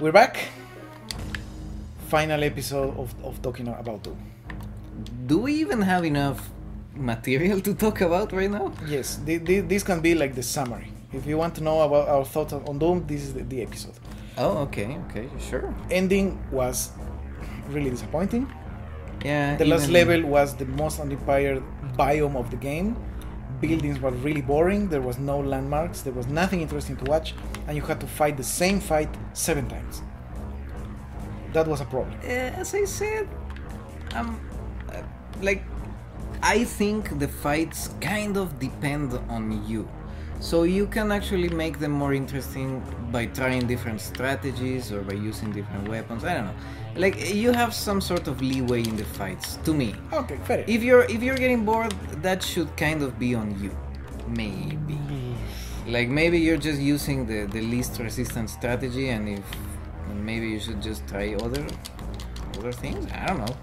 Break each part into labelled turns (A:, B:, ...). A: We're back. Final episode of, of talking about Doom.
B: Do we even have enough material to talk about right now?
A: Yes, thi- thi- this can be like the summary. If you want to know about our thoughts on on Doom, this is the, the episode.
B: Oh, okay, okay, sure.
A: Ending was really disappointing.
B: Yeah.
A: The last
B: even-
A: level was the most undepired biome of the game. Buildings were really boring. There was no landmarks. There was nothing interesting to watch, and you had to fight the same fight seven times. That was a problem.
B: Uh, as I said, um, uh, like, I think the fights kind of depend on you. So you can actually make them more interesting by trying different strategies or by using different weapons. I don't know. Like you have some sort of leeway in the fights, to me.
A: Okay, fair.
B: If you're if you're getting bored, that should kind of be on you, maybe. Like maybe you're just using the the least resistant strategy, and if and maybe you should just try other other things. I don't know.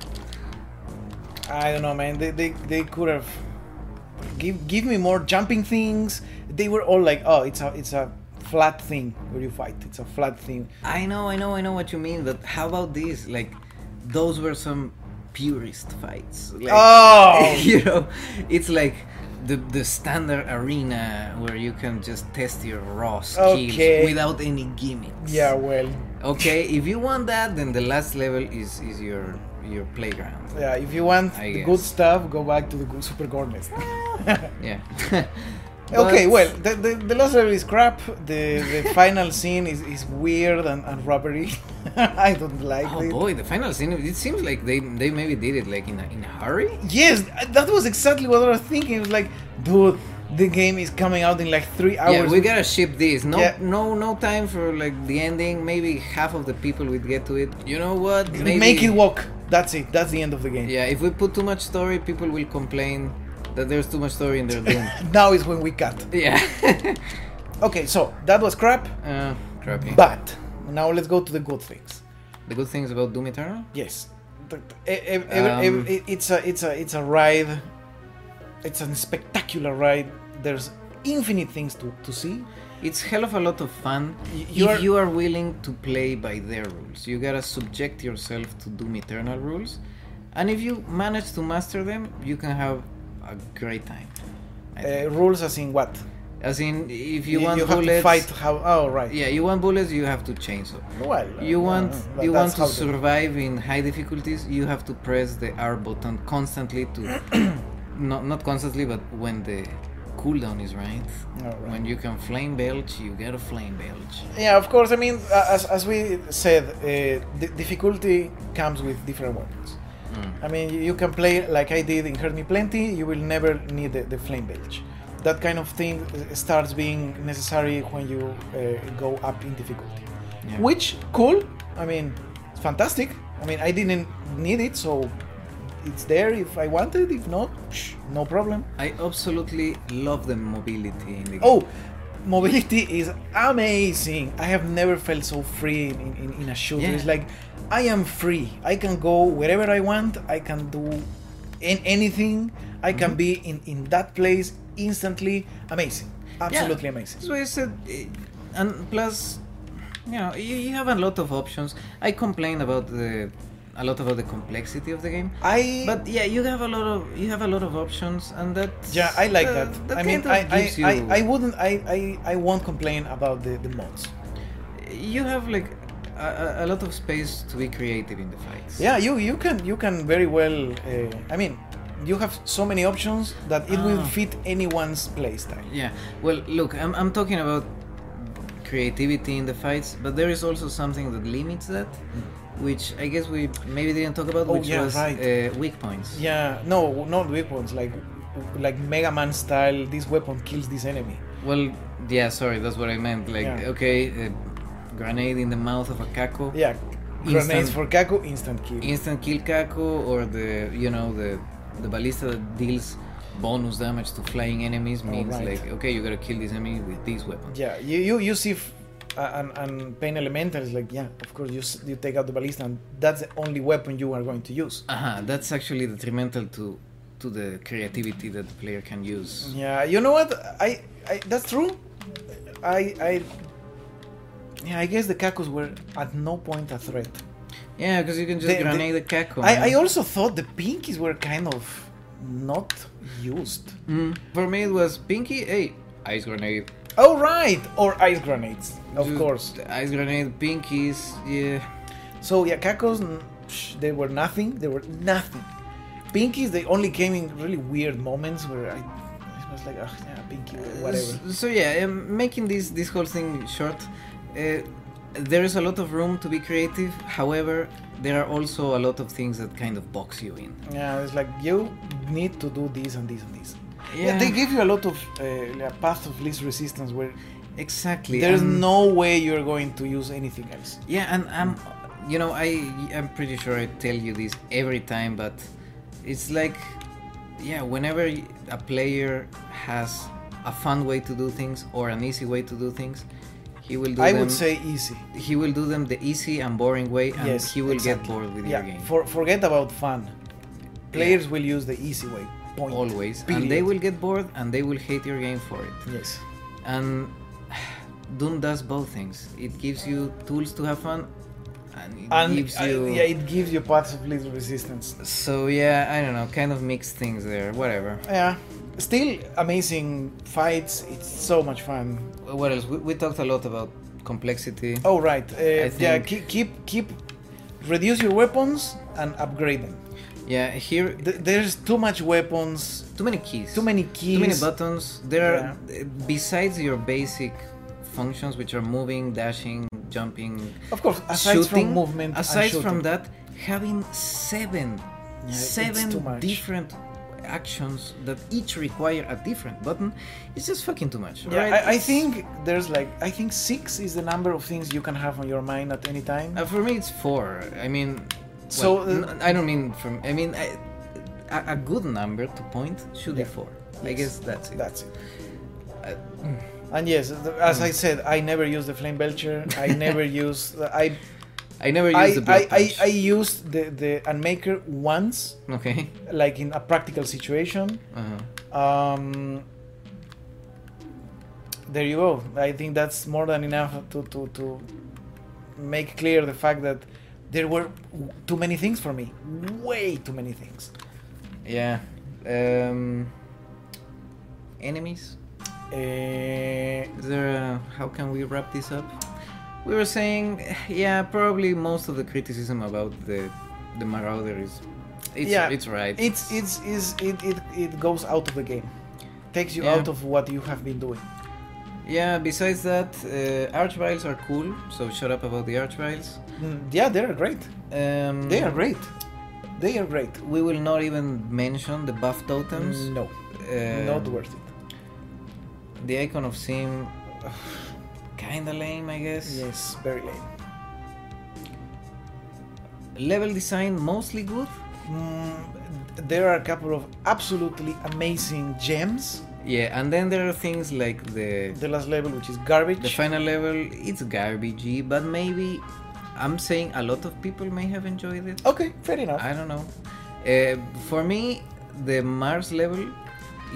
A: I don't know, man. They they, they could have give give me more jumping things. They were all like, oh, it's a it's a flat thing where you fight. It's a flat thing.
B: I know, I know, I know what you mean. But how about this? Like those were some purist fights. Like,
A: Oh!
B: you know, it's like. The, the standard arena where you can just test your raw skills
A: Okay.
B: without any gimmicks.
A: Yeah, well,
B: Okay, if you want that, then the last level is is your your playground.
A: yeah. If you want
B: I
A: the good
B: guess.
A: stuff, go back to the good super gourmets.
B: Yeah.
A: Okay,
B: But-
A: well, the, the, the last level is crap. The the final scene is, is weird and, and rubbery. I don't like
B: Oh
A: it.
B: boy, the final scene. It seems like they they maybe did it like in a, in a hurry.
A: Yes, that was exactly what I was thinking. It was like, dude, the game is coming out in like three hours.
B: Yeah, we gotta ship this. No,
A: Yeah.
B: no, no time for like the ending. Maybe half of the people would get to it. You know what? Maybe,
A: Make it work. That's it. That's the end of the game.
B: Yeah, if we put too much story, people will complain that there's too much story in their doom.
A: Now is when we cut.
B: yeah.
A: Okay, so that was crap,
B: uh, crappy.
A: but now let's go to the good things.
B: the good things about Doom Eternal.
A: Yes, The- the- e- e- every-
B: Um,
A: every- it's a it's a it's a ride. It's a spectacular ride. There's infinite things to, to see.
B: It's hell of a lot of fun
A: you are-
B: if you are willing to play by their rules. You gotta subject yourself to Doom Eternal rules, and if you manage to master them, you can have a great time. I think.
A: Uh, rules as in what?
B: As in, if you,
A: you
B: want
A: have
B: bullets,
A: to fight. How? Oh, right.
B: yeah, you want bullets, you have to chainsaw.
A: Well,
B: You
A: uh,
B: want
A: that-
B: you want
A: that's
B: to
A: how they-
B: survive in high difficulties. You have to press the R button constantly to, not not constantly, but when the cooldown is right.
A: Alright.
B: When you can flame belch, you get a flame belch.
A: Yeah, of course. I mean, a- as, as we said, uh, the difficulty comes with different weapons. I mean, you- you can play like I did in Hurt Me Plenty. You will never need the, the flame belch. That kind of thing uh, starts being necessary when you uh, go up in difficulty.
B: Yeah.
A: Which cool. I mean, it's fantastic. I mean, I didn't need it, so it's there if I want it. If not, psh, no problem.
B: I absolutely love the mobility in the game.
A: Oh, mobility is amazing. I have never felt so free in, in, in a shooter.
B: Yeah.
A: It's like I am free. I can go wherever I want. I can do in anything. I
B: Mm-hmm.
A: can be in, in that place instantly. Amazing. Absolutely
B: Yeah.
A: amazing.
B: So I said, eh, and plus, you know, you, you have a lot of options. I complain about the a lot about the complexity of the game,
A: I
B: but yeah, you have a lot of you have a lot of options, and that
A: yeah, I like
B: uh,
A: that.
B: that
A: I mean,
B: kind of
A: I I,
B: gives you,
A: I I wouldn't I, I I won't complain about the the mods.
B: you have like a, a- a lot of space to be creative in the fights.
A: Yeah, you you can you can very well. Uh, I mean, you have so many options that it will
B: Ah.
A: fit anyone's playstyle.
B: Yeah. Well, look, I'm, I'm talking about creativity in the fights, but there is also something that limits that, which I guess we maybe didn't talk about,
A: Hmm. Oh,
B: which
A: yeah,
B: was
A: right.
B: uh, weak points.
A: Yeah, no, not weapons like like Mega Man style. This weapon kills this enemy.
B: Well, yeah, sorry, that's what I meant. Like,
A: Yeah.
B: okay, uh, grenade in the mouth of a caco.
A: Yeah, grenades
B: Instant-
A: for Kaku, instant kill.
B: Instant kill caco, or the you know the the ballista that deals bonus damage to flying enemies means
A: Oh, right.
B: like okay, you gotta kill this enemy with these weapons.
A: yeah, you you you see. F- uh, and, and pain elemental is like yeah of course you s- you take out the ballista and that's the only weapon you are going to use
B: Uh-huh, that's actually detrimental to to the creativity that the player can use.
A: yeah you know what i, I that's true i i Yeah, I guess the Kakus were at no point a threat.
B: Yeah, because you can just
A: The- the-
B: grenade the, Kako. man.
A: I, I also thought the Pinkies were kind of not used.
B: Mm. For me, it was Pinky, hey, ice grenade.
A: Oh right, or ice grenades, of
B: Just
A: course.
B: Ice grenade, Pinkies, yeah.
A: So yeah, Kakos, n- psh, they were nothing. They were nothing. Pinkies, they only came in really weird moments where I, I was like, oh yeah, Pinky, whatever.
B: S- So yeah, um, making this this whole thing short, uh, there is a lot of room to be creative. However, there are also a lot of things that kind of box you in.
A: Yeah, it's like you need to do this and this and this. Yeah,
B: Yeah.
A: they give you a lot of uh, a path of least resistance where
B: Exactly.
A: there's
B: and-
A: no way you're going to use anything else.
B: Yeah, and I'm, you know, I I'm pretty sure I tell you this every time, but it's like, yeah, whenever a player has a fun way to do things or an easy way to do things, he will do.
A: I
B: them,
A: would say easy.
B: he will do them the easy and boring way, and
A: yes,
B: he will
A: exactly.
B: get bored with
A: yeah,
B: your game.
A: For, forget about fun. Players will use the easy way. Point.
B: always
A: Period.
B: and they will get bored and they will hate your game for it
A: Yes.
B: and doom does both things it gives you tools to have fun and it
A: And
B: gives
A: uh,
B: you
A: yeah, it gives you paths of least resistance.
B: so yeah i don't know kind of mixed things there whatever
A: Yeah. Still amazing fights. It's so much fun.
B: what else we, we talked a lot about complexity
A: Oh right. Uh, yeah.
B: think-
A: Keep, keep keep reduce your weapons and upgrade them.
B: yeah here
A: Th- there's too much weapons.
B: too many keys
A: Too many keys.
B: too many buttons there are eh, besides your basic functions which are moving dashing jumping
A: Of course, aside
B: shooting,
A: from movement, and
B: aside from
A: shooting.
B: that, having seven,
A: it's too
B: seven
A: much.
B: different actions that each require a different button, it's just fucking too much.
A: Yeah,
B: right?
A: I, I
B: It's-
A: think there's like I think six is the number of things you can have on your mind at any time.
B: uh, for me it's four. I mean,
A: So,
B: well,
A: uh,
B: n- I don't mean from. I mean, I, a, a good number to point should be
A: Yeah.
B: four. I
A: Yes.
B: guess that's it.
A: That's it.
B: Uh,
A: And yes, th-
B: Mm.
A: as I said, I never use the flame belcher. I never use. I
B: I never
A: I,
B: used the
A: I,
B: blood
A: I,
B: punch.
A: I used the the unmaker once,
B: Okay.
A: like in a practical situation.
B: Uh-huh.
A: Um, there you go. I think that's more than enough to to to make clear the fact that there were w- too many things for me. Way too many things.
B: Yeah. Um, enemies.
A: Uh,
B: Is there a, how can we wrap this up? We were saying, yeah, probably most of the criticism about the the Marauder is, it's,
A: Yeah,
B: it's right.
A: it's it's is it, it it goes out of the game, takes you
B: Yeah.
A: out of what you have been doing.
B: yeah. Besides that, uh, archviles are cool. So shut up about the archviles.
A: Mm, Yeah, they're great.
B: Um,
A: They are great. They are great.
B: We will not even mention the buff totems.
A: No,
B: Uh,
A: not worth it.
B: The icon of Sim, kinda lame, I guess.
A: Yes, very lame.
B: Level design mostly good.
A: Mm, there are a couple of absolutely amazing gems.
B: Yeah, and then there are things like the
A: The last level, which is garbage.
B: The final level, it's garbagey, but maybe I'm saying a lot of people may have enjoyed it.
A: okay, fair enough.
B: I don't know. Uh, for me, the Mars level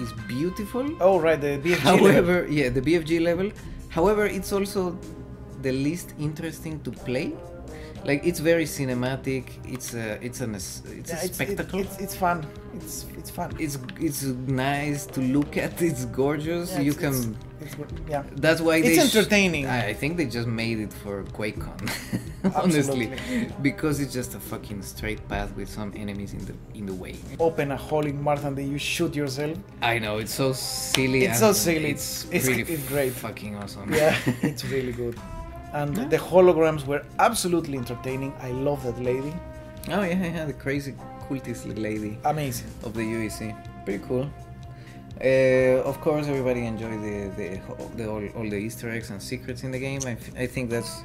B: is beautiful.
A: oh right, the BFG. level.
B: However, yeah, the BFG level. However, it's also the least interesting to play. Like it's very cinematic. It's a it's an es- it's
A: Yeah,
B: a
A: it's, it-
B: spectacle.
A: it's, it's fun. It's it's fun.
B: it's it's nice to look at. It's gorgeous.
A: Yeah,
B: you
A: it's-
B: can.
A: It's, it's, yeah.
B: That's why
A: It's
B: they sh-
A: entertaining.
B: I I think they just made it for QuakeCon, honestly,
A: Absolutely.
B: because it's just a fucking straight path with some enemies in the in the way.
A: Open a hole in Mars and then you shoot yourself.
B: I know it's so silly.
A: It's
B: and
A: so silly.
B: It's
A: It's-
B: pretty
A: it's great.
B: Fucking awesome.
A: Yeah, it's really good. And the holograms were absolutely entertaining. I love that lady.
B: oh yeah, yeah, the crazy cultist lady
A: Amazing.
B: of the UEC. Pretty cool. Uh, of course, everybody enjoyed the the, ho- the all, all the Easter eggs and secrets in the game. I, f- I think that's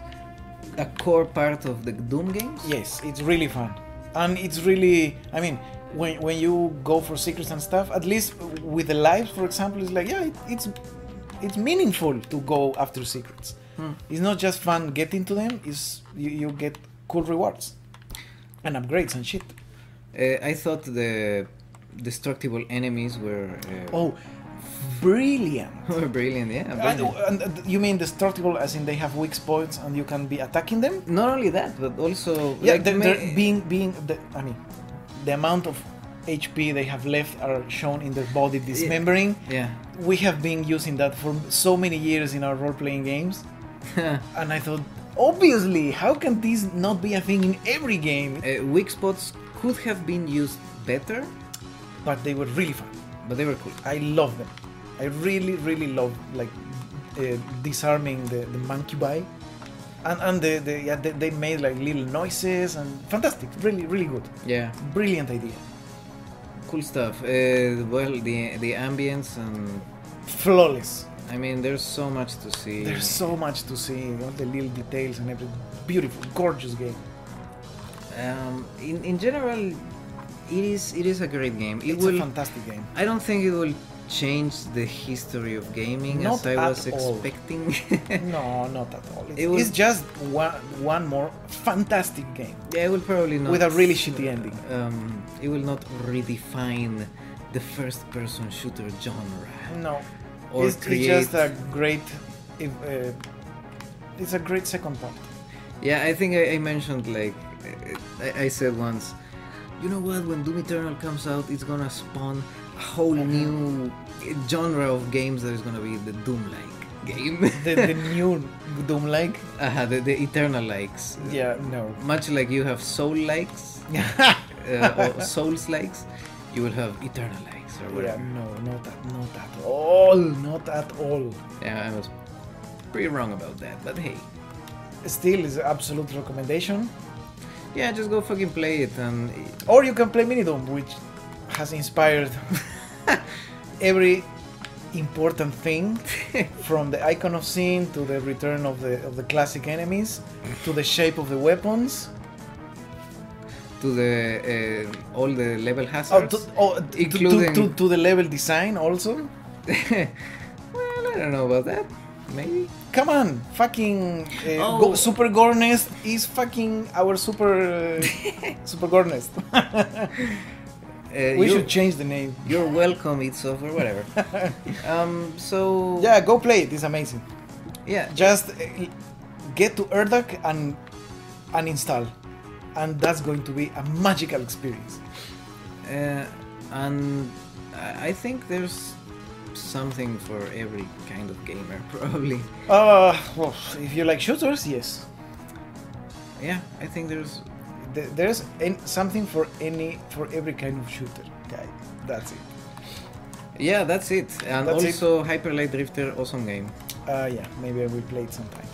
B: a core part of the Doom games.
A: Yes, it's really fun, and it's really. I mean, when when you go for secrets and stuff, at least with the lives, for example, it's like yeah, it, it's it's meaningful to go after secrets. It's not just fun getting to them. It's you, you get cool rewards and upgrades and shit.
B: Uh, I thought the destructible enemies were uh,
A: Oh, brilliant.
B: brilliant, yeah.
A: And,
B: brilliant.
A: and th- you mean destructible as in they have weak points and you can be attacking them?
B: Not only that, but also
A: Yeah,
B: like
A: they're,
B: ma-
A: they're being being the, I mean, the amount of HP they have left are shown in their body dismembering.
B: yeah.
A: We have been using that for so many years in our role-playing games,
B: Uh,
A: and I thought, obviously, how can this not be a thing in every game?
B: weak spots could have been used better,
A: But they were really fun.
B: but they were cool.
A: I love them. I really, really love like uh, disarming the, the mancubi, and and the, the yeah, they, they made like little noises and fantastic. Really, really good.
B: Yeah,
A: Brilliant idea.
B: cool stuff. Uh, well, the the ambience and
A: Flawless.
B: I mean, there's so much to see.
A: There's so much to see, all the little details and everything. Beautiful, gorgeous game.
B: um, in in general, it is it is a great game. It
A: it's
B: will.
A: a fantastic game.
B: I don't think it will change the history of gaming
A: Not
B: as I
A: at
B: was
A: all.
B: expecting.
A: No, not at all. It's,
B: It was-
A: it's just one, one more fantastic game.
B: yeah, it will probably not.
A: With a really shitty ending.
B: Um, it will not redefine the first-person shooter genre.
A: No,
B: Or
A: it's, it's just a great. if, Uh, it's a great second part.
B: Yeah, I think I, I mentioned like I, I said once. You know what? When Doom Eternal comes out, it's gonna spawn a whole
A: Uh-huh.
B: new genre of games that is gonna be the Doom-like game.
A: The, the new Doom like.
B: uh, the, the Eternal likes.
A: Yeah, no.
B: Much like you have Soul likes, uh, or Souls likes, you will have Eternal likes or
A: yeah,
B: whatever.
A: no, not at, not at all. Not at all.
B: yeah I was pretty wrong about that, but hey.
A: Still is an absolute recommendation.
B: Yeah, just go fucking play it and
A: Or you can play Minidome, which has inspired every important thing from the icon of sin to the return of the of the classic enemies to the shape of the weapons
B: to the uh, all the level
A: oh,
B: hazards.
A: to, oh, to-
B: Including-
A: to, to, to the level design also
B: well, I don't know about that. Maybe.
A: come on fucking uh,
B: Oh.
A: go, super gornest is fucking our super uh, super gornest
B: Uh,
A: we
B: you're,
A: should change the name
B: You're welcome, it's over, whatever. um, so.
A: yeah go play it it's amazing
B: Yeah.
A: just uh, get to Erdok and uninstall, and that's going to be a magical experience.
B: Uh, and I I think there's something for every kind of gamer, probably.
A: Uh, well, if you like shooters, yes,
B: Yeah, I think there's.
A: Th- there's an- something for any for every kind of shooter, guy. That's it.
B: Yeah, that's it. And
A: That's it.
B: also, Hyper Light Drifter, awesome game.
A: Uh, yeah, maybe I will play it sometime.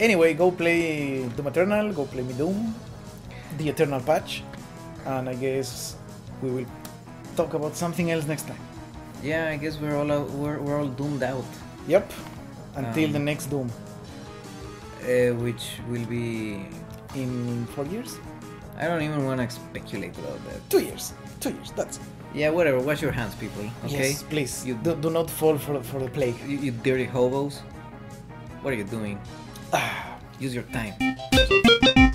A: Anyway, go play Doom Eternal, go play Me Doom, the Eternal patch, and I guess we will talk about something else next time.
B: Yeah, I guess we're all out, we're, we're all doomed out,
A: Yep. Until
B: Um,
A: the next Doom
B: uh, which will be.
A: in, in four years,
B: I don't even want to speculate about that.
A: two years, two years. That's it.
B: Yeah, whatever. Wash your hands, people. Okay.
A: Yes, please.
B: You-
A: do, do not fall for, for the plague.
B: You, you dirty hobos. What are you doing?
A: Ah.
B: Use your time.